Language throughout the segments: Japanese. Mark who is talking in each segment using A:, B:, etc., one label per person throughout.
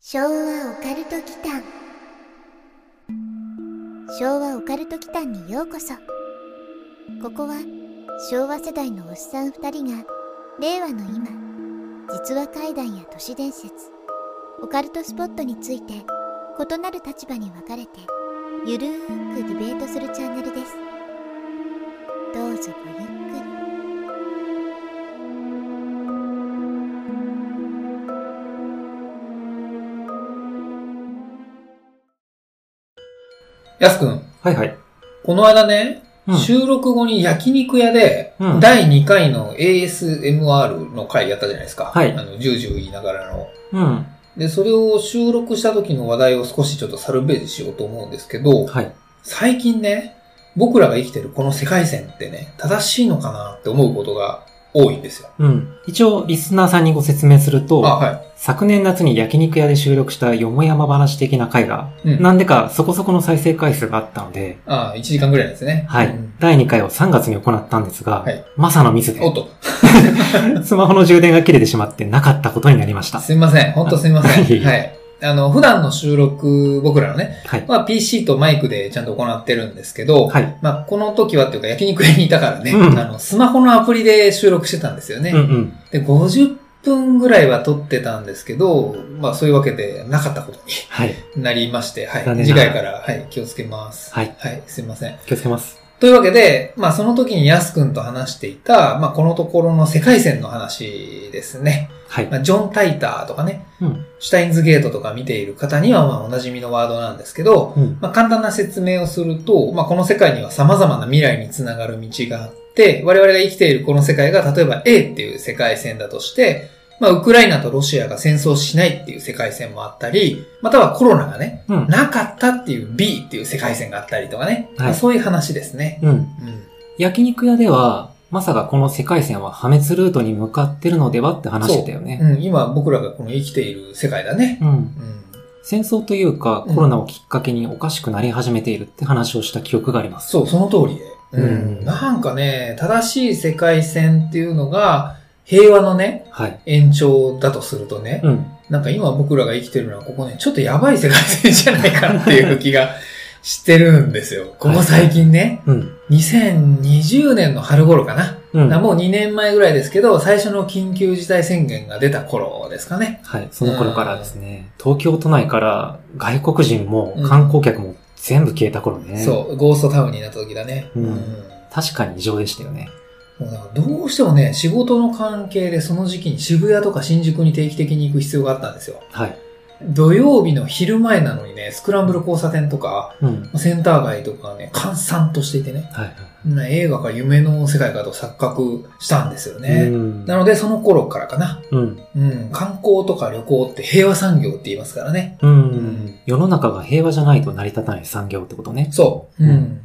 A: 昭和オカルト祈間昭和オカルト祈間にようこそここは昭和世代のおっさん2人が令和の今実話怪談や都市伝説オカルトスポットについて異なる立場に分かれてゆるーくディベートするチャンネルですどうぞごゆっくり
B: やすくん、
C: はいはい。
B: この間ね、
C: うん
B: 収録後に焼肉屋で、
C: うん
B: 第2回の ASMR の回やったじゃないですか。
C: はい
B: あの、ジュージュー言いながらの。
C: うん。
B: で、それを収録した時の話題を少しちょっとサルベージしようと思うんですけど、
C: はい。
B: 最近ね、僕らが生きてるこの世界線ってね、正しいのかなって思うことが多いんですよ。
C: うん。一応、リスナーさんにご説明する
B: あ、
C: と、
B: は
C: 昨年夏に焼肉屋で収録したよもやま話的な回が、
B: い。うん。
C: なんでかそこそこの再生回数があったので、
B: ああ、1時間ぐらいですね。
C: はい。
B: うん
C: 第2回を3月に行ったんですが、
B: はい
C: まさのミス
B: おっ
C: で、
B: と、
C: スマホの充電が切れてしまってなかったことになりました。
B: すいません。ほんとすいませ
C: いえ
B: ん。
C: いえ
B: はい。あの、普段の収録、僕らのね、
C: はい。
B: まあ、PC とマイクでちゃんと行ってるんですけど、
C: はい。
B: まあ、この時はっていうか焼肉屋にいたからね、
C: うん
B: あの、スマホのアプリで収録してたんですよね。
C: うんうん。
B: で、50分ぐらいは撮ってたんですけど、まあ、そういうわけでなかったこと
C: はい。
B: になりまして、はい。
C: 残念
B: 次
C: ながら
B: 回から、はい、気をつけます。
C: はい。
B: はい、すいません。
C: 気をつけます。
B: というわけで、まあ、その時にヤス君と話していた、まあ、このところの世界線の話ですね。
C: はい。
B: まあ、ジョン・タイターとかね、
C: うん。
B: シュタインズゲートとか見ている方には、まあ、おなじみのワードなんですけど、
C: うん。
B: まあ、簡単な説明をすると、まあ、この世界には様々な未来につながる道があって、我々が生きているこの世界が例えば A っていう世界線だとして、まあ、ウクライナとロシアが戦争しないっていう世界線もあったり、またはコロナがね、
C: うん。
B: なかったっていう B っていう世界線があったりとかね、
C: はい
B: まあそういう話ですね。
C: うん。
B: うん。
C: 焼肉屋では、まさかこの世界線は破滅ルートに向かってるのではって話してたよね。
B: うん、今僕らがこの生きている世界だね。
C: うん。
B: うん。
C: 戦争というか
B: うん
C: コロナをきっかけにおかしくなり始めているって話をした記憶があります。
B: そう、その通りで。う。
C: うんん
B: なんかね、正しい世界線っていうのが、平和のね、
C: はい。
B: 延長だとするとね、
C: うん。
B: なんか今僕らが生きてるのはここね、ちょっとやばい世界線じゃないかなっていう気がしてるんです よ。ここ最近ね、
C: うん。
B: 2020年の春頃かな。
C: うん。
B: もう2年前ぐらいですけど、最初の緊急事態宣言が出た頃ですかね。
C: はい。その頃からですね、東京都内から外国人も
B: うん
C: 観光客も全部消えた頃ね。
B: そう、ゴーストタウンになった時だね。
C: うん
B: も
C: 確かに異常でしたよね。
B: うだからどうしてもね、仕事の関係でその時期に渋谷とか新宿に定期的に行く必要があったんですよ。
C: はい。
B: 土曜日の昼前なのにね、スクランブル交差点とか、
C: うん。
B: センター街とかね、閑散としていてね。
C: はい。
B: な映画か夢の世界かと錯覚したんですよ
C: う
B: ね。
C: ん。
B: なので、その頃からかな。
C: うん。
B: うん、観光とか旅行って平和産業って言いますからね。
C: うん。
B: うん
C: 世の中が平和じゃないと成り立たない産業ってことね。
B: そう。うん。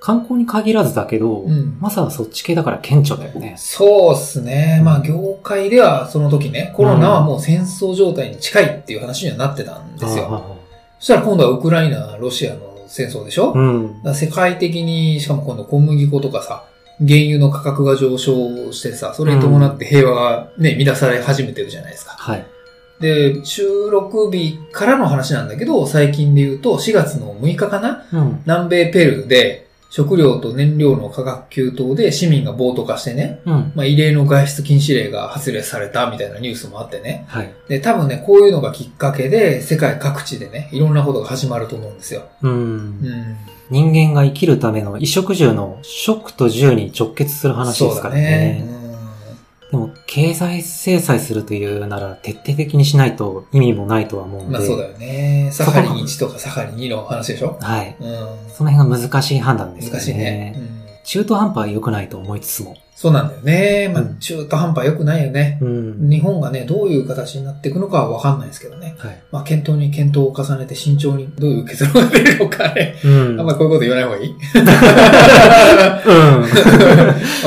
C: 観光に限らずだけど、
B: うん
C: まさはそっち系だから顕著だよね。
B: そうっすね。まあ、業界ではその時ね、コロナはもう戦争状態に近いっていう話にはなってたんですよ。
C: よ。
B: そしたら今度はウクライナ、ロシアの戦争でしょ、だ
C: う
B: か
C: ん。
B: ら世界的に、しかも今度小麦粉とかさ、原油の価格が上昇してさ、それに伴って平和がね、乱され始めてるじゃないですか。
C: はい。
B: で、収録日からの話なんだけど、最近で言うと、4月の6日かな
C: うん。
B: 南米ペルーで、食料と燃料の価格急騰で市民が暴徒化してね、
C: うん。
B: まあ、異例の外出禁止令が発令されたみたいなニュースもあってね。
C: はい。
B: で、多分ね、こういうのがきっかけで、世界各地でね、いろんなことが始まると思うんですよ。
C: うん
B: う。ん。
C: 人間が生きるための衣食住の食と住に直結する話ですからね。
B: そうだね。
C: でも、経済制裁するというなら徹底的にしないと意味もないとは思
B: う
C: うの
B: ん。
C: で。
B: まあそうだよね。サハリン1とかサハリン2の話でしょ
C: はい。
B: うん。
C: その辺が難しい判断ですよね。
B: 難しいね。うん
C: 中途半端は良くないと思いつつも。
B: そうなんだよね。まあ
C: う、ん
B: 中途半端良くないよね。
C: うん。
B: 日本がね、どういう形になっていくのかはわかんないですけどね。
C: はい。
B: まあ、検討に検討を重ねて慎重にどういう結論が出るのかね。
C: うん。
B: あんまりこういうこと言わない方が いい
C: うん。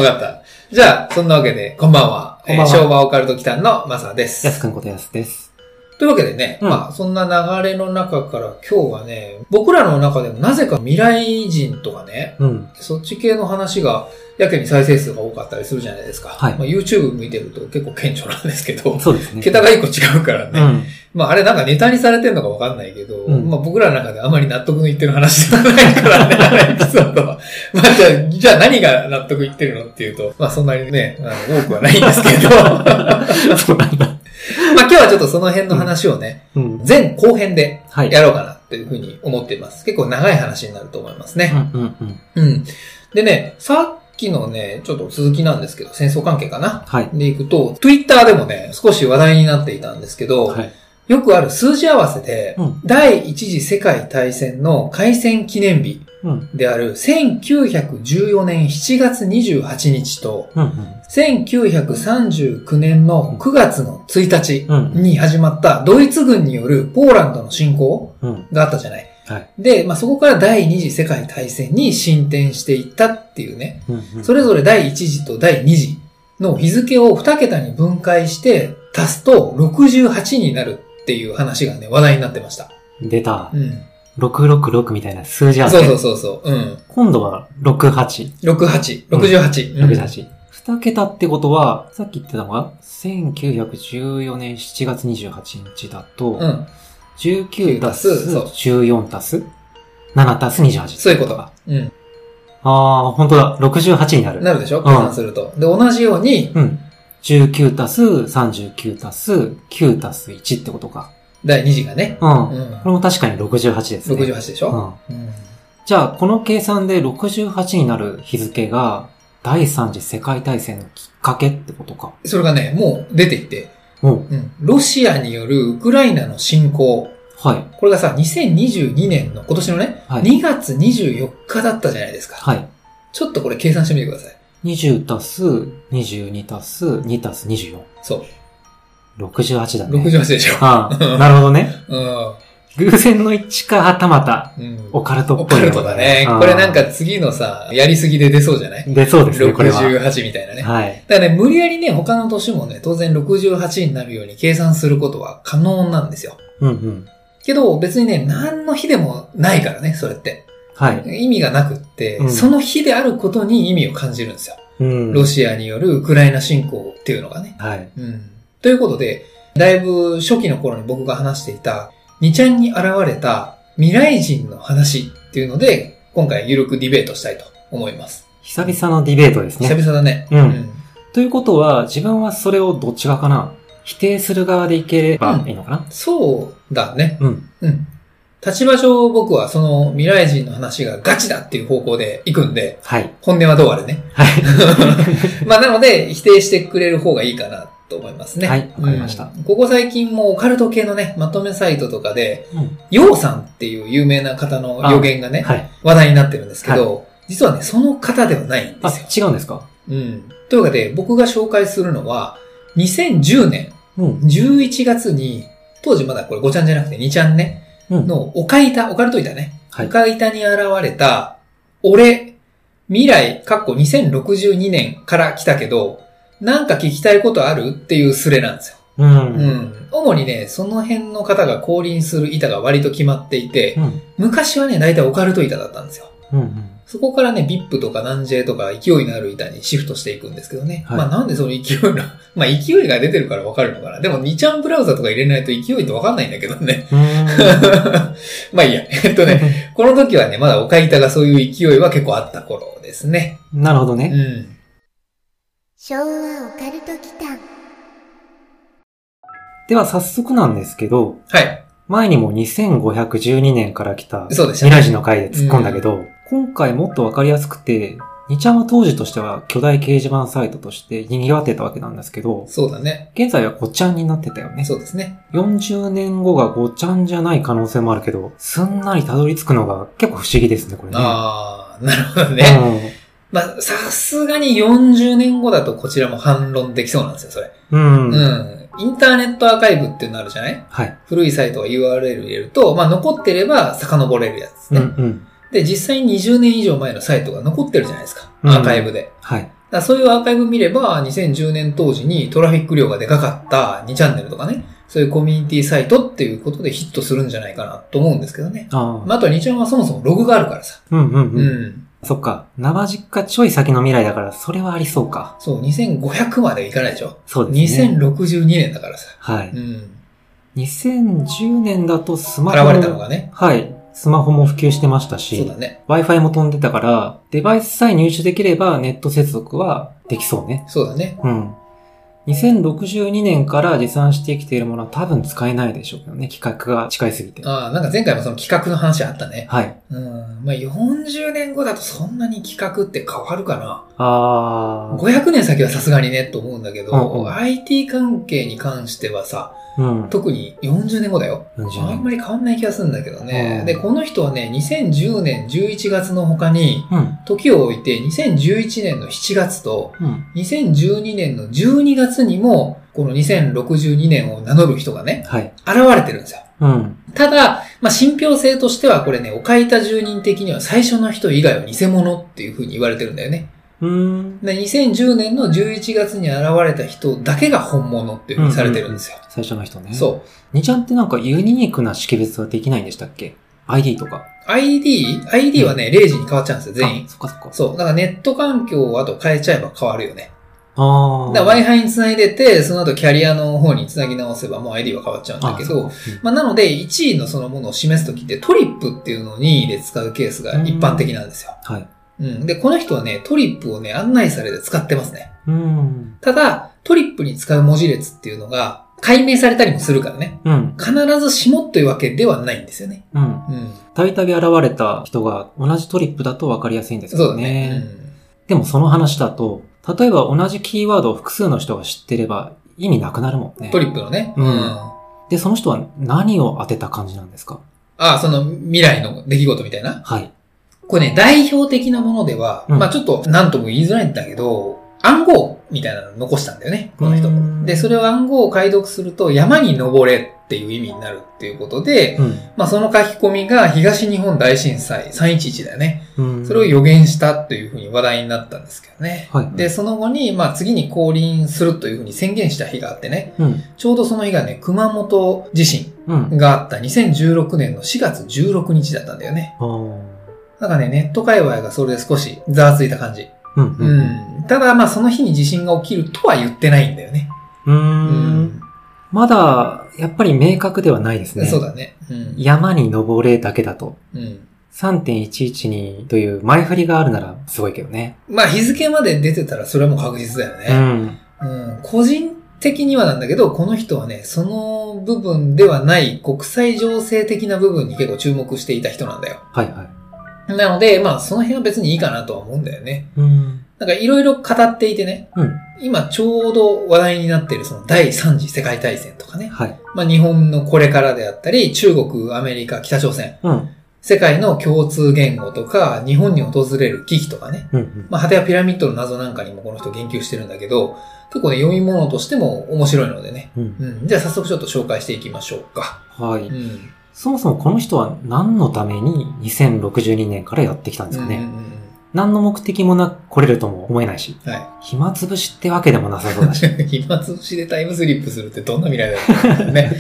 B: わかった。じゃあ、そんなわけで、こんばんは。
C: こんばんは
B: えー昭和オカルト祈んのマサで
C: やす
B: す。
C: くんことやすです。
B: というわけでね、
C: うん
B: まあ、そんな流れの中から今日はね、僕らの中でもなぜか未来人とかね、
C: うん。
B: そっち系の話がやけに再生数が多かったりするじゃないですか。
C: はい
B: まあ、YouTube 見てると結構顕著なんですけど、
C: そうですね。
B: 桁が一個違うから
C: う
B: ね。
C: ん。
B: まああれなんかネタにされてんのかわかんないけど、
C: うん
B: まあ僕らの中であまり納得のいってる話じゃないからね、あのエピソードは。 まあじゃあ、じゃあ何が納得いってるのっていうと、まあそんなにね、あの多くはないんですけ ど、まあ
C: そうなんだ。
B: 今日はちょっとその辺の話をね、
C: うん。
B: 前後編で
C: はい。
B: やろうかなというふうに思っています。結構長い話になると思いますね。
C: うんうんうん。
B: うん。でね、さっきのね、ちょっと続きなんですけど、戦争関係かな
C: はい。
B: でいくと、Twitter でもね、少し話題になっていたんですけど、
C: はい。
B: よくある数字合わせで、
C: うん。
B: 第一次世界大戦の開戦記念日
C: うん。
B: である1914年7月28日と、
C: うんうん。
B: 1939年の9月の1日
C: うん。
B: に始まったドイツ軍によるポーランドの侵攻
C: うん。
B: があったじゃない。
C: はい。
B: で、まあ、そこから第二次世界大戦に進展していったっていうね、
C: うん。
B: それぞれ第一次と第二次の日付を二桁に分解して足すと68になるっていう話がね、話題になってました。
C: れ。出た
B: う。ん。
C: 666みたいな数字あって。
B: そうそうそうそう。うん。
C: 今度は68。
B: 68、68。うん
C: 68。二桁ってことは、さっき言ってたのが、1914年7月28日だと、
B: うん。
C: 19足す
B: そう
C: 14足す7足す28。
B: そういうこと
C: か。
B: うん。
C: ああ、本当だ。68になる。
B: なるでしょ
C: ん
B: 計算すると。で、同じように、
C: うん。19足す39足す9足す1ってことか。
B: 第二次がね、
C: うん。
B: うん
C: これも確かに68ですね。
B: 68でしょ、
C: うん。
B: うん、
C: じゃあ、この計算で68になる日付が、第三次世界大戦のきっかけってことか。
B: それがね、もう出ていて、
C: うん。
B: うん。ロシアによるウクライナの侵攻。
C: はい。
B: これがさ、2022年の今年のね、
C: はい
B: 2月24日だったじゃないですか。
C: はい。
B: ちょっとこれ計算してみてください。
C: 20足す22足す2足す24。
B: そう。
C: 68だね。
B: 68でしょ。
C: あ あ、なるほどね。
B: うん
C: 偶然の1か、はたまた、
B: うん。
C: オカルト
B: オ
C: っぽ
B: カ
C: いの
B: ルトだね。これなん、
C: あ
B: か次のさ、やりすぎで出そうじゃない
C: あ出そうですね、これは。
B: ?68 みたいなね。
C: はい。
B: だからね、無理やりね、他の年もね、当然68になるように計算することは可能なんですよ。
C: うんうん。
B: けど、別にね、何の日でもないからね、それって。
C: はい。
B: 意味がなくって、
C: うん
B: その日であることに意味を感じるんですよ。
C: うん。
B: ロシアによるウクライナ侵攻っていうのがね。
C: はい。
B: うん。ということで、だいぶ初期の頃に僕が話していた、2ちゃんに現れた未来人の話っていうので、今回ゆるくディベートしたいと思います。
C: 久々のディベートです
B: 久
C: ね。
B: 々だね。
C: うんということは、自分はそれをどっち側かな否定する側でいければいいのかな
B: そうだね。
C: うん。
B: うん。立場上僕はその未来人の話がガチだっていう方向で行くんで、
C: はい。
B: 本音はどうあれね。
C: はい。
B: まあなので、否定してくれる方がいいかなと思いますね。
C: はいわかりました
B: うんここ最近もオカルト系のね、まとめサイトとかで、
C: うん
B: ヨウさんっていう有名な方の予言がね、
C: はい。
B: 話題になってるんですけど、実はね、その方ではないんで
C: あ
B: すよ。、
C: 違うんですか
B: うん。というわけで、僕が紹介するのは、2010年
C: うん。
B: 11月に、当時まだこれ5ちゃんじゃなくて2ちゃんね、
C: うん。
B: の、オカイタ、オカルトイタね。
C: はい
B: オカイタに現れた、俺、未来、かっこ2062年から来たけど、なんか聞きたいことあるっていうスレなんですよ。
C: う。
B: うんん。主にね、その辺の方が降臨する板が割と決まっていて
C: う、ん。
B: 昔はね、大体オカルト板だったんですよ。
C: うん。うん。
B: そこからね、VIP とかナンジェとか勢いのある板にシフトしていくんですけどね。
C: はい
B: まあなんでその勢いの、 まあ勢いが出てるからわかるのかな。でも2ちゃんブラウザとか入れないと勢いってわかんないんだけどね。
C: うーん
B: まあいいや。えっとね、この時はね、まだオカイタがそういう勢いは結構あった頃ですね。
C: なるほど
B: う
C: ね。
B: ん。
A: 昭和オカルト祈間
C: では早速なんですけど、
B: はい。
C: 前にも2512年から来た
B: そうでしたね。
C: 未来人の回で突っ込んだけど、今回もっとわかりやすくて、にちゃんは当時としては巨大掲示板サイトとして賑わってたわけなんですけど、
B: そうだね。
C: 現在はごちゃんになってたよね。
B: そうですね。
C: 40年後がごちゃんじゃない可能性もあるけど、すんなりたどり着くのが結構不思議ですね、これね。
B: あー、なるほどね。まあ、さすがに40年後だとこちらも反論できそうなんですよ、それ。
C: う
B: う
C: ん。うん。
B: ん。インターネットアーカイブっていうのあるじゃない
C: はい。
B: 古いサイトは URL 入れると、まあ残ってれば遡れるやつです
C: うん
B: ね。
C: うん。
B: で、実際に20年以上前のサイトが残ってるじゃないですか。
C: うん
B: アーカイブで。
C: はい。
B: だからそういうアーカイブ見れば、2010年当時にトラフィック量がでかかった2チャンネルとかね、そういうコミュニティサイトっていうことでヒットするんじゃないかなと思うんですけどね。
C: ああ。
B: まあ、あとは2チャンはそもそもログがあるからさ。
C: うんうん
B: う
C: うん。
B: ん。
C: そっか。生実家ちょい先の未来だから、それはありそうか。
B: そう、2500までいかないでしょ。
C: そうですね。
B: 2062年だからさ。
C: は
B: う
C: い。
B: ん。
C: 2010年だとスマ
B: 現
C: ホも。
B: れたのがね。
C: はい。スマホも普及してました
B: そう
C: し
B: だ、ね。
C: Wi-Fi も飛んでたから、デバイスさえ入手できればネット接続はできそうね。
B: そうだね。
C: うん。2062年から持参してきているものは多分使えないでしょうけどね。企画が近いすぎて。
B: ああ、なんか前回もその企画の話あったね。
C: はい。
B: うん。まあ、40年後だとそんなに企画って変わるかな。
C: あ
B: 500年先はさすがにね、と思うんだけど、
C: うんうん
B: IT 関係に関してはさ、
C: ー。うん。
B: 特に40年後だよ。
C: 40
B: あん
C: 年。
B: まり変わんない気がするんだけどね。
C: うん
B: で、この人はね、2010年11月の他に、
C: うん。
B: 時を置いて2011年の7月と、
C: うん。
B: 2012年の12月にも、この2062年を名乗る人がね、
C: はい。
B: 現れてるんですよ。
C: うん。
B: ただ、まあ、信憑性としてはこれね、置かれた住人的には最初の人以外は偽物っていう風に言われてるんだよね。
C: うーん。
B: で、2010年の11月に現れた人だけが本物っていう風にされてるんですよ。
C: 最初の人ね。う。
B: そ
C: にちゃんってなんかユニークな識別はできないんでしたっけ ?ID とか。
B: う。ID?ID はね、0時に変わっちゃうんですよ、全員
C: あ。そっかそっか。
B: そう。だからネット環境をあと変えちゃえば変わるよね。
C: ああ。
B: だから Wi-Fi に繋いでて、その後キャリアの方に繋ぎ直せばもう ID は変わっちゃうんだけど、
C: あそっか
B: まあ、なので、1位のそのものを示すときってトリップっていうのを任意で使うケースが一般的なんですよ。
C: うんはい。
B: うん。で、この人はね、トリップをね、案内されて使ってますね。
C: うん。
B: ただ、トリップに使う文字列っていうのが解明されたりもするからね。
C: うん。
B: 必ずしもというわけではないんですよね。
C: うん。
B: うん。
C: たびたび現れた人が同じトリップだと分かりやすいんですけ
B: そう
C: ど
B: だ
C: ね。
B: ね。
C: でもその話だと、例えば同じキーワードを複数の人が知ってれば意味なくなるもん
B: う
C: ね
B: ん、。トリップのね。
C: うん
B: あ
C: で、その人は何を当てた感じなんですか
B: あ、その未来の出来事みたいな。
C: はい。
B: これね、代表的なものでは、
C: うん
B: まあちょっと何とも言いづらいんだけど、暗号みたいなのを残したんだよね、この人
C: うー。ん
B: で、それを暗号を解読すると、山に登れっていう意味になるっていうことで、
C: うん
B: まあその書き込みが東日本大震災311だよね。
C: うん。
B: それを予言したというふうに話題になったんですけどね。
C: はい。
B: で、その後に、まあ次に降臨するというふうに宣言した日があってね、
C: うん。
B: ちょうどその日がね、熊本地震
C: うん。
B: があった2016年の4月16日だったんだよね。
C: あー
B: なんかね、ネット界隈がそれで少しざわついた感じ。
C: うん。
B: う。ん。ただ、まあ、その日に地震が起きるとは言ってないんだよね。
C: うーん。まだ、やっぱり明確ではないですね。
B: そうだね。うん。
C: 山に登れだけだと。
B: うん。
C: 3.11にという前振りがあるならすごいけどね。
B: まあ、日付まで出てたらそれはもう確実だよ
C: う
B: ね。
C: ん。
B: うん。個人的にはなんだけど、この人はね、その部分ではない国際情勢的な部分に結構注目していた人なんだよ。
C: はいはい。
B: なので、まあ、その辺は別にいいかなとは思うんだよね。
C: うん。
B: なんかいろいろ語っていてね、
C: うん
B: 今ちょうど話題になっているその第3次世界大戦とかね、
C: はい。
B: まあ、日本のこれからであったり、中国、アメリカ、北朝鮮、
C: うん。
B: 世界の共通言語とか、日本に訪れる危機とかね、
C: うんうん。
B: まあ、果てはピラミッドの謎なんかにもこの人言及してるんだけど、結構ね、読み物としても面白いのでね。
C: うん。
B: うん。じゃあ早速ちょっと紹介していきましょうか。
C: は
B: う
C: い。
B: ん。
C: そもそもこの人は何のために2062年からやってきたんですかね。
B: うんうん
C: 何の目的もなく来れるとも思えないし、
B: うん。は
C: 暇つぶしってわけでもなさそうだ し。
B: い。暇つぶしでタイムスリップするってどんな未来だろうね。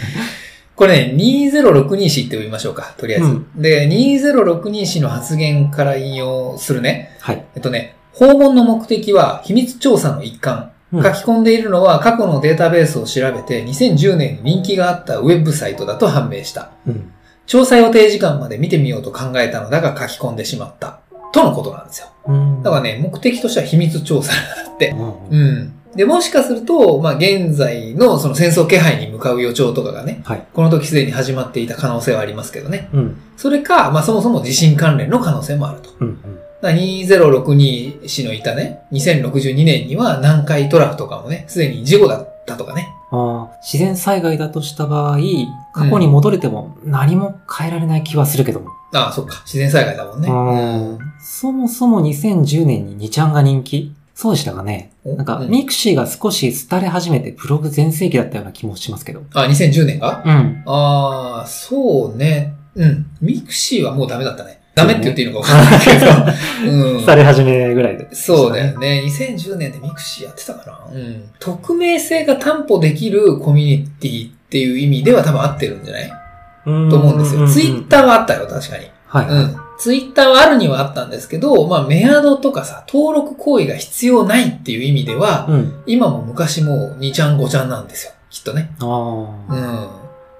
B: これね、2062史って呼びましょうか、とりあえず。
C: うん
B: で、2062史の発言から引用するね。
C: はい。
B: えっとね、訪問の目的は秘密調査の一環。
C: う
B: 書
C: ん
B: き込んでいるのは過去のデータベースを調べて2010年に人気があったウェブサイトだと判明した。
C: うん。
B: 調査予定時間まで見てみようと考えたのだが書き込んでしまった。とのことなんですよ。
C: うん。
B: だからね、目的としては秘密調査だって
C: う。ん、う。
B: うんん。で、もしかすると、まあ、現在のその戦争気配に向かう予兆とかがね、
C: はい。
B: この時すでに始まっていた可能性はありますけどね。
C: うん。
B: それか、まあ、そもそも地震関連の可能性もあると。
C: うん。うん。
B: だから2062氏のいたね、2062年には南海トラフとかもね、すでに事故だったとかね。
C: ああ、自然災害だとした場合、過去に戻れても何も変えられない気はするけども。
B: ああ、そっか、自然災害だもんね。
C: うんそもそも2010年に2ちゃんが人気そうでしたかね
B: お
C: なんか、
B: う
C: ミクシーが少し廃れ始めてブログ全盛期だったような気もしますけど。
B: あ、2010年か
C: うん。
B: ああ、そうね。うん。ミクシーはもうダメだったね。ダメって言っていいのか分かんない けど。うん。
C: 廃れ始めぐらいで。
B: そうだよね。2010年でミクシーやってたかな。うん。匿名性が担保できるコミュニティっていう意味では多分合ってるんじゃない
C: うん。
B: と思うんですよ。ツイッ
C: ー。
B: ターはあったよ、確かに。
C: はい。
B: うん。ツイッターはあるにはあったんですけど、まあ、メアドとかさ、登録行為が必要ないっていう意味では、
C: うん。
B: 今も昔も2ちゃん5ちゃんなんですよ。きっとね。うん
C: ああ、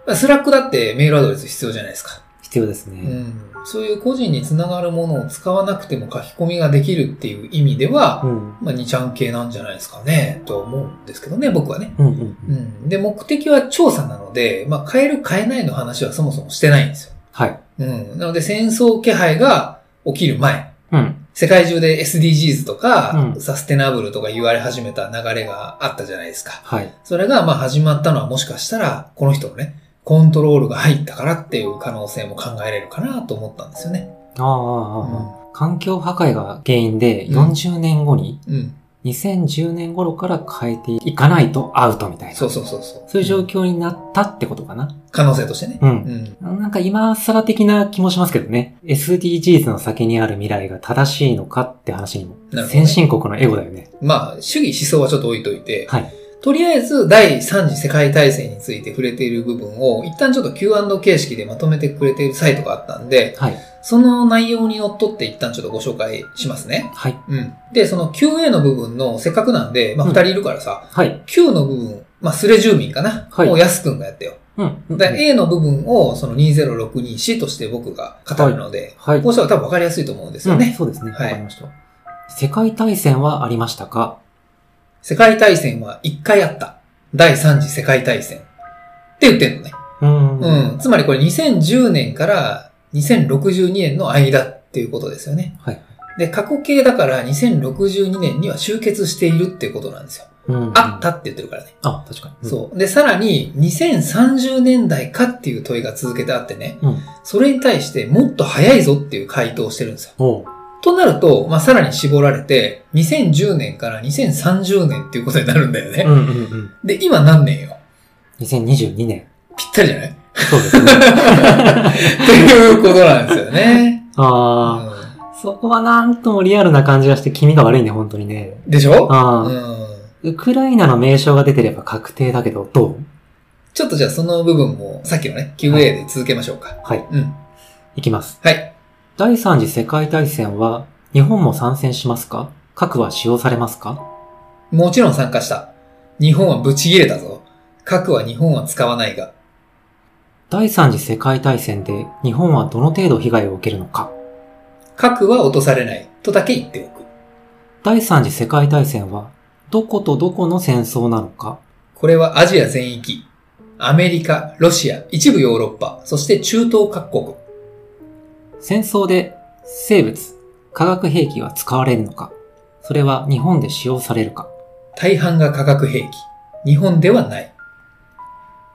B: まあ。スラックだってメールアドレス必要じゃないですか。
C: 必要です
B: う
C: ね。
B: ん。そういう個人につながるものを使わなくても書き込みができるっていう意味では、
C: うん。
B: まあ、2ちゃん系なんじゃないですかね、と思うんですけどね、僕はね。
C: うんうん。
B: うん。で、目的は調査なので、まあ、変える変えないの話はそもそもしてないんですよ。
C: はい。
B: うん。なので、戦争気配が起きる前、
C: うん。
B: 世界中で SDGs とか、
C: うん
B: サステナブルとか言われ始めた流れがあったじゃないですか。
C: はい。
B: それが、まあ、始まったのはもしかしたら、この人のね、コントロールが入ったからっていう可能性も考えれるかなと思ったんですよね。
C: ああああ、ああ環境破壊が原因で
B: うん
C: 40年後に、
B: うん。
C: 2010年頃から変えていかないとアウトみたいな。
B: そうそうそうそう。
C: そういう状況になったってことかな。
B: 可能性としてね。
C: う。
B: うんん。
C: なんか今更的な気もしますけどね。SDGs の先にある未来が正しいのかって話にも
B: なるほど。ね
C: 先進国のエゴだよね。
B: まあ、主義思想はちょっと置いといて、
C: はい。
B: とりあえず第3次世界大戦について触れている部分を一旦ちょっと Q&A 形式でまとめてくれているサイトがあったんで、
C: はい。
B: その内容にのっとって一旦ちょっとご紹介しますね。
C: はい。
B: うん。で、その Q&A の部分のせっかくなんで、まあ
C: う
B: 2
C: ん
B: 人いるからさ、
C: はい。
B: Q の部分、まあスレ住民かな。
C: はい
B: もう安くんがやってよ。
C: うん。うん
B: だから A の部分をその20624として僕が語るので、
C: はい。
B: こうしたら多分わかりやすいと思うんですよ
C: うん
B: ね。
C: そうですね。わ
B: はい
C: かりました。世界大戦はありましたか
B: 世界大戦は1回あった。第3次世界大戦。って言ってんのね。
C: うーん。
B: うん。つまりこれ2010年から2062年の間っていうことですよね。
C: はい。
B: で、過去形だから2062年には終結しているっていうことなんですよ。
C: うん
B: あったって言ってるからね。
C: あ、確かに。
B: そう。で、さらに2030年代かっていう問いが続けてあってね、
C: うん。うん。
B: それに対してもっと早いぞっていう回答をしてるんですよ。
C: おう
B: となると、まあ、さらに絞られて、2010年から2030年っていうことになるんだよね。
C: うんうんうん。
B: で、今何年よ
C: 2022年。
B: ぴったりじゃない っ
C: そうですね。
B: ていうことなんですよね。
C: ああ、そこはなんともリアルな感じがして気味が悪いね、本当にね。
B: うんでしょ
C: あ
B: う
C: あ、
B: ん。
C: ウクライナの名称が出てれば確定だけど、どう
B: ちょっとじゃあその部分もさっきのね、Q&A で続けましょうか。
C: はい。
B: うん。
C: いきます。
B: はい。
C: 第三次世界大戦は、日本も参戦しますか核は使用されますか
B: もちろん参加した。日本はブチ切れたぞ。核は日本は使わないが。
C: 第三次世界大戦で日本はどの程度被害を受けるのか
B: 核は落とされない。とだけ言っておく。
C: 第三次世界大戦は、どことどこの戦争なのか
B: これはアジア全域。アメリカ、ロシア、一部ヨーロッパ、そして中東各国。
C: 戦争で生物、化学兵器は使われるのかそれは日本で使用されるか
B: 大半が化学兵器。日本ではない。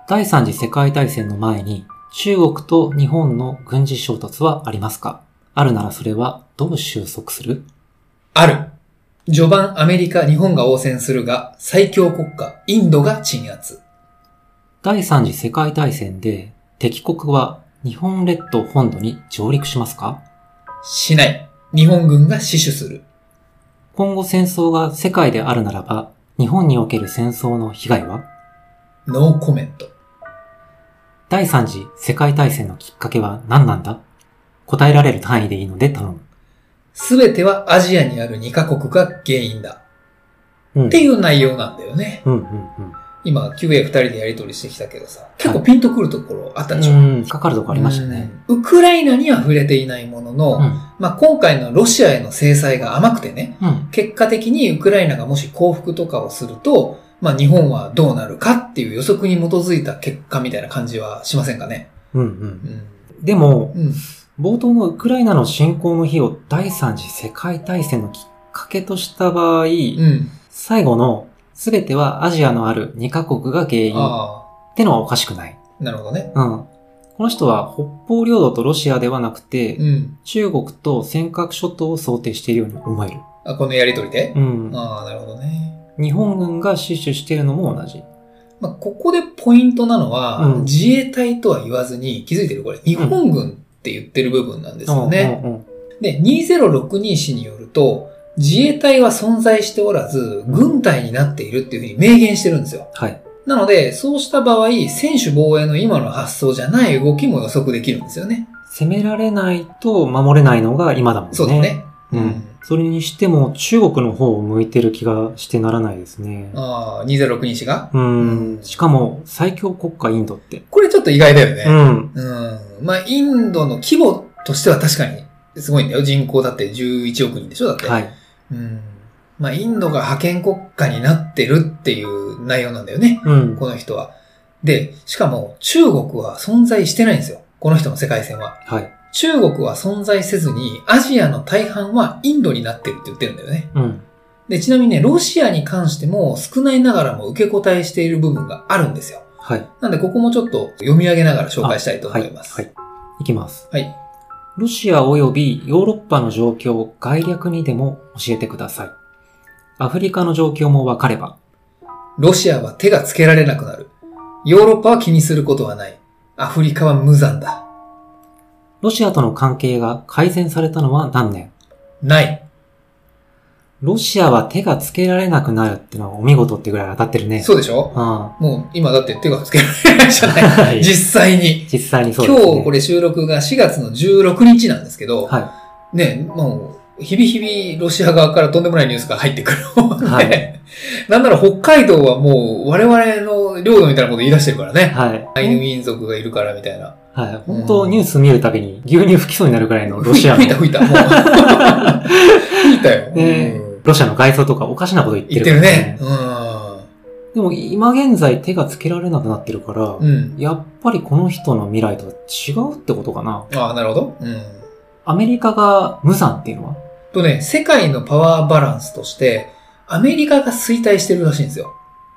C: 第三次世界大戦の前に中国と日本の軍事衝突はありますかあるならそれはどう収束する
B: ある。序盤アメリカ、日本が応戦するが、最強国家、インドが鎮圧。
C: 第三次世界大戦で敵国は日本列島本土に上陸しますか
B: しない。日本軍が死守する。
C: 今後戦争が世界であるならば日本における戦争の被害は
B: ノーコメント。
C: 第三次世界大戦のきっかけは何なんだ答えられる単位でいいので頼む。
B: すべてはアジアにある2カ国が原因だ。
C: うん。
B: っていう内容なんだよね。
C: うんうんうん。
B: 今、QA2 人でやり取りしてきたけどさ、結構ピンとくるところあったでしょ、
C: うん、かかるとこありましたね。
B: うん。ウクライナには触れていないものの、
C: うん。
B: まあ、今回のロシアへの制裁が甘くてね、
C: うん。
B: 結果的にウクライナがもし降伏とかをすると、まあ、日本はどうなるかっていう予測に基づいた結果みたいな感じはしませんかね。
C: うんう。
B: うんん。
C: でも、
B: うん。
C: 冒頭のウクライナの侵攻の日を第三次世界大戦のきっかけとした場合、
B: うん。
C: 最後の全てはアジアのある2カ国が原因っ
B: あ
C: てのはおかしくない。
B: あ、なるほどね。
C: うん。この人は北方領土とロシアではなくて、
B: うん。
C: 中国と尖閣諸島を想定しているように思える。
B: あ、このやりとりで、
C: うん。
B: ああ、なるほどね。
C: 日本軍が死守しているのも同じ。
B: まあ、ここでポイントなのは、
C: うん
B: 自衛隊とは言わずに、気づいてるこれ、日本軍って言ってる部分なんですよね。
C: うんうん
B: で、2062氏によると、自衛隊は存在しておらず、軍隊になっているっていうふうに明言してるんですよ。
C: はい。
B: なので、そうした場合、専守防衛の今の発想じゃない動きも予測できるんですよね。
C: 攻められないと守れないのが今だもんね。
B: そうだね。
C: うん。それにしても中国の方を向いてる気がしてならないですね。
B: ああ、2062氏が
C: うん。しかも最強国家インドって。
B: これちょっと意外だよ
C: う
B: ね。
C: ん。
B: うん。まあ、インドの規模としては確かにすごいんだよ。人口だって11億人でしょだって。
C: はい。
B: うん。まあ、インドが覇権国家になってるっていう内容なんだよね。
C: うん。
B: この人は。で、しかも中国は存在してないんですよ。この人の世界線は。
C: はい。
B: 中国は存在せずに、アジアの大半はインドになってるって言ってるんだよね。
C: うん。
B: で、ちなみにね、ロシアに関しても少ないながらも受け答えしている部分があるんですよ。
C: はい。
B: なんで、ここもちょっと読み上げながら紹介したいと思
C: はいい。
B: ます。
C: はい。いきます。
B: はい。
C: ロシア及びヨーロッパの状況、概略にでも教えてください。アフリカの状況もわかれば。
B: ロシアは手がつけられなくなる。ヨーロッパは気にすることはない。アフリカは無残だ。
C: ロシアとの関係が改善されたのは何年
B: ない。
C: ロシアは手がつけられなくなるってのはお見事ってぐらい当たってるね。
B: そうでしょ
C: あ
B: もう今だって手がつけられないじゃない。
C: あはい
B: 実際に。
C: 実際にそうです、ね。
B: 今日これ収録が4月の16日なんですけど、
C: は
B: ね、もう、日々日々ロシア側からとんでもないニュースが入ってくるもんで、
C: はい
B: なんなら北海道はもう我々の領土みたいなこと言い出してるから
C: い。
B: ね。
C: はい。
B: アイヌ民族がいるからみたいな。
C: はい。本当ニュース見るたびに牛乳吹きそうになるぐらいのロシアの
B: 吹い、た吹いた。もう 吹いたよ。
C: ね
B: うん
C: ロシアの外装とかおかしなこと言って
B: 言っ
C: る
B: て
C: から
B: るね。うん。
C: でも今現在手がつけられなくなってるから、
B: うん。
C: やっぱりこの人の未来とは違うってことかな。
B: ああ、なるほど。うん。
C: アメリカが無残っていうのは
B: とね、世界のパワーバランスとして、アメリカが衰退してるらしいんですよ。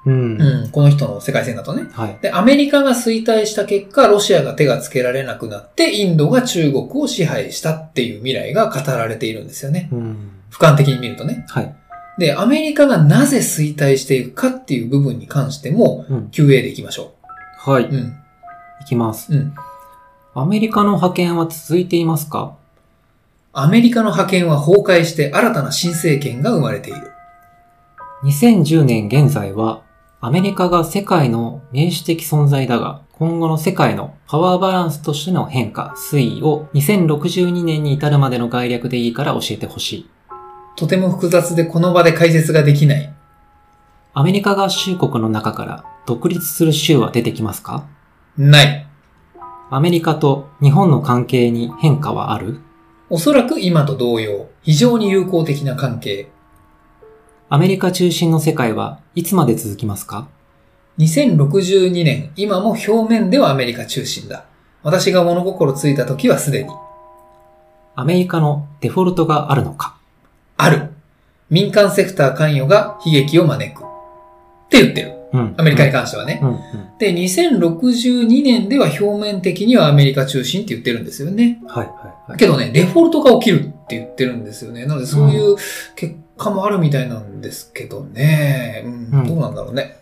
C: うん。
B: うん、この人の世界線だとね。
C: はい。
B: で、アメリカが衰退した結果、ロシアが手がつけられなくなって、インドが中国を支配したっていう未来が語られているんですよね。
C: うん。
B: 俯瞰的に見るとね。
C: はい。
B: で、アメリカがなぜ衰退していくかっていう部分に関しても、
C: うん。
B: QA でいきましょ。。
C: はいう
B: うん。
C: いきます。
B: うん。
C: アメリカの覇権は続いていますか
B: アメリカの覇権は崩壊して新たな新政権が生まれている。
C: 2010年現在は、アメリカが世界の民主的存在だが、今後の世界のパワーバランスとしての変化、推移を2062年に至るまでの概略でいいから教えてほしい。
B: とても複雑でこの場で解説ができない。
C: アメリカが州国の中から独立する州は出てきますか
B: ない。
C: アメリカと日本の関係に変化はある
B: おそらく今と同様、非常に友好的な関係。
C: アメリカ中心の世界はいつまで続きますか
B: 2062年、今も表面ではアメリカ中心だ。私が物心ついた時はすでに、
C: アメリカのデフォルトがあるのか
B: ある。民間セクター関与が悲劇を招く。って言ってる。
C: うん。
B: アメリカに関してはね。
C: うん、うん。
B: で、2062年では表面的にはアメリカ中心って言ってるんですよね。
C: はい、はい、はい。
B: けどね、デフォルトが起きるって言ってるんですよね。なのでそういう結果もあるみたいなんですけどね。うん、
C: うん
B: どうなんだろうね。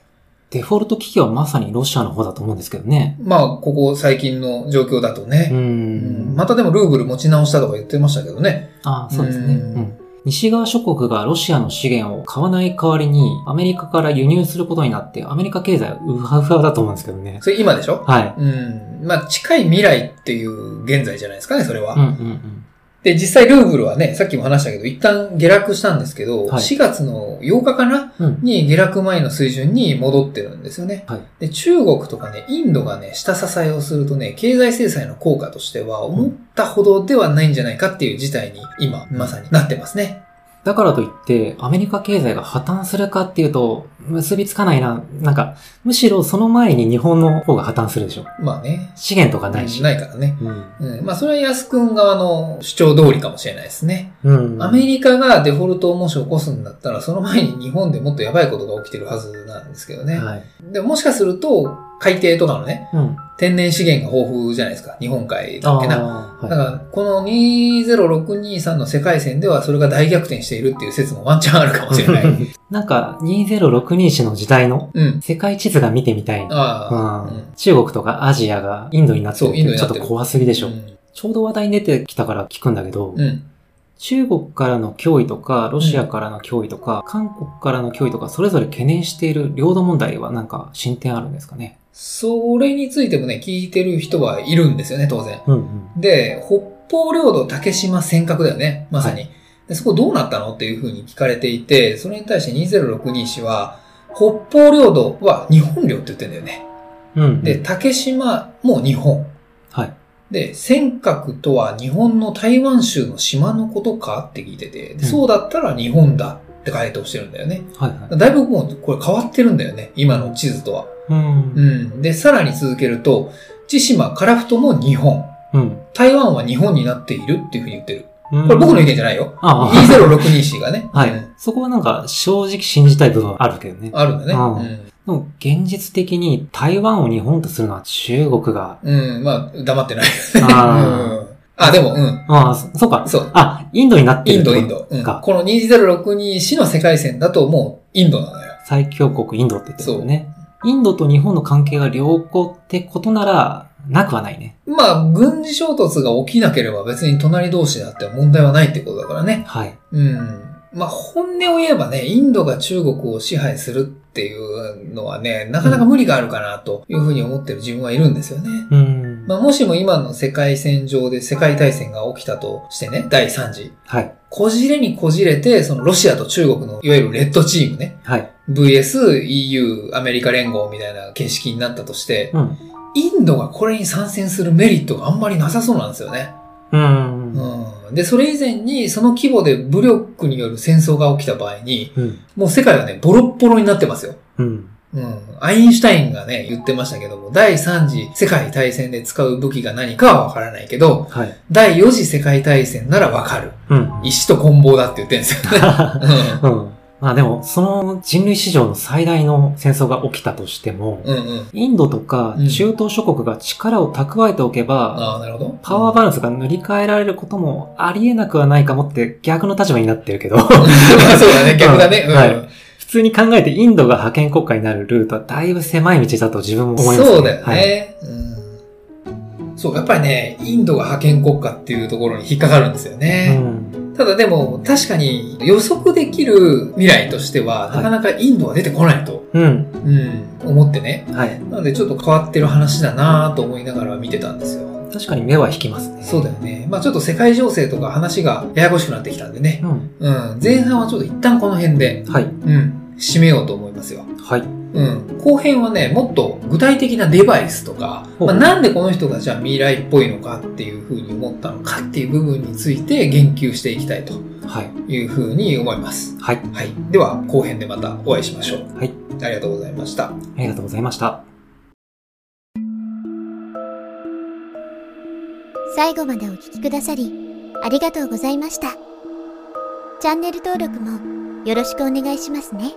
C: デフォルト危機はまさにロシアの方だと思うんですけどね。
B: まあ、ここ最近の状況だとね。
C: う
B: うん
C: ん。
B: またでもルーブル持ち直したとか言ってましたけどね。
C: あそうですね。
B: うん
C: うん。西側諸国がロシアの資源を買わない代わりに、アメリカから輸入することになって、アメリカ経済はうはうはだと思うんですけどね。
B: それ今でしょ
C: はい。
B: うん。まあ、近い未来っていう現在じゃないですかね、それは。
C: うんうんうん。
B: で、実際ルーブルはね、さっきも話したけど、一旦下落したんですけど、
C: はい
B: 4月の8日かな
C: うん。
B: に下落前の水準に戻ってるんですよね。
C: はい
B: で、中国とかね、インドがね、下支えをするとね、経済制裁の効果としては、思ったほどではないんじゃないかっていう事態に今、まさになってますね。
C: だからといって、アメリカ経済が破綻するかっていうと、結びつかないな。なんか、むしろその前に日本の方が破綻するでしょ。
B: まあね。
C: 資源とかないし。
B: ないからね。
C: うん。
B: うん、まあそれは安くん側の主張通りかもしれないですね。
C: うん。
B: アメリカがデフォルトをもし起こすんだったら、その前に日本でもっとやばいことが起きてるはずなんですけどね。
C: はい。
B: でももしかすると、海底とかのね、
C: うん。
B: 天然資源が豊富じゃないですか。日本海だっけな。
C: あー
B: だ
C: は
B: か
C: い。
B: ら、この20623の世界線ではそれが大逆転しているっていう説もワンチャンあるかもしれない。
C: なんか、2062氏の時代の
B: うん。
C: 世界地図が見てみたいな。
B: ああ、
C: う
B: うん
C: ん、中国とかアジアがインドになってるっ
B: そうインド
C: て
B: に
C: ち
B: な
C: ょっ
B: って
C: と
B: る
C: 怖すぎでしょ。
B: うん
C: ちょうど話題に出てきたから聞くんだけど、
B: うん。
C: 中国からの脅威とか、ロシアからの脅威とか、韓国からの脅威とか、それぞれ懸念している領土問題はなんか進展あるんですかね。
B: それについてもね、聞いてる人はいるんですよね、当然。
C: うんうん。
B: で、北方領土竹島尖閣だよね、まさに。でそこどうなったのっていうふうに聞かれていて、それに対して2062氏は、北方領土は日本領って言ってんだよね。
C: うん、うん。
B: で、、竹島も日本。
C: はい。
B: で、尖閣とは日本の台湾州の島のことかって聞いてて、で
C: ん
B: そうだったら日本だって回答してるんだよね。
C: はいはい。
B: だいぶもうこれ変わってるんだよね、今の地図とは。
C: うん。
B: う
C: うん。
B: ん。で、さらに続けると、千島樺太も日本。
C: うん。
B: 台湾は日本になっているっていうふうに言ってる。これ僕の意見じゃないよ。
C: ああ。
B: 2062氏がね。
C: は
B: う
C: い
B: ん。
C: そこはなんか正直信じたい部分はあるけどね。
B: あるんだね。
C: うん
B: うん
C: でも現実的に台湾を日本とするのは中国が。
B: うん、まあ、黙ってない。
C: あ
B: うんあ、でも、うん。
C: あ、ああ、そそうか。
B: そう。
C: あ、インドになって
B: イ
C: る
B: ン
C: って
B: ド、
C: こ
B: イ
C: と
B: ンド。うん、
C: か
B: この2062市の世界線だともうインドなのよ。
C: 最強国インドって言ってるよね。インドと日本の関係が良好ってことなら、なくはないね。
B: まあ、軍事衝突が起きなければ別に隣同士であっても問題はないってことだからね。
C: はい。
B: うん。まあ、本音を言えばね、インドが中国を支配するっていうのはね、なかなか無理があるかなというふうに思ってる自分はいるんですよね。
C: うん。
B: まあ、もしも今の世界戦上で世界大戦が起きたとしてね、第3次。
C: はい。
B: こじれにこじれて、そのロシアと中国のいわゆるレッドチームね、
C: はい。
B: VS、EU、アメリカ連合みたいな形式になったとして、
C: うん。
B: インドがこれに参戦するメリットがあんまりなさそうなんですよね。
C: うん。うん。
B: うん。で、それ以前にその規模で武力による戦争が起きた場合に、
C: うん。
B: もう世界はね、ボロッボロになってますよ。
C: うん。
B: うん。アインシュタインがね、言ってましたけども、第3次世界大戦で使う武器が何かはわからないけど、
C: はい。
B: 第4次世界大戦ならわかる。
C: うん。
B: 石と棍棒だって言ってるんですよね。
C: うん。まあでも、その人類史上の最大の戦争が起きたとしても、
B: うん。うんうん。
C: インドとか中東諸国が力を蓄えておけば、
B: ああ、なるほど。
C: パワーバランスが塗り替えられることもありえなくはないかもって逆の立場になってるけど、
B: うん そうだね、逆だね。うん。
C: はい普通に考えてインドが覇権国家になるルートはだいぶ狭い道だと自分も思います、
B: そうだよね、うん。そう、やっぱりね、インドが覇権国家っていうところに引っかかるんですよ
C: はい。う
B: ね。
C: ん。
B: ただでも、確かに予測できる未来としては、
C: はい
B: なかなかインドは出てこないと、
C: うん。
B: うん、思ってね。
C: はい。
B: なので、ちょっと変わってる話だなと思いながら見てたんですよ。
C: 確かに目は引きますね。
B: そうだよね。まあちょっと世界情勢とか話がややこしくなってきたんでね。
C: うん。
B: うん、前半はちょっと一旦この辺で、
C: はい。
B: うん、締めようと思いますよ。
C: はい。
B: うん、後編はね、もっと具体的なデバイスとか、
C: ほう
B: まあ、なんでこの人がじゃあ未来っぽいのかっていうふうに思ったのかっていう部分について言及していきたいと
C: はい。
B: いうふうに思います。
C: はい。
B: はい。では、後編でまたお会いしましょう。
C: はい。
B: ありがとうございました。
C: ありがとうございました。
A: 最後までお聞きくださり、ありがとうございました。チャンネル登録もよろしくお願いしますね。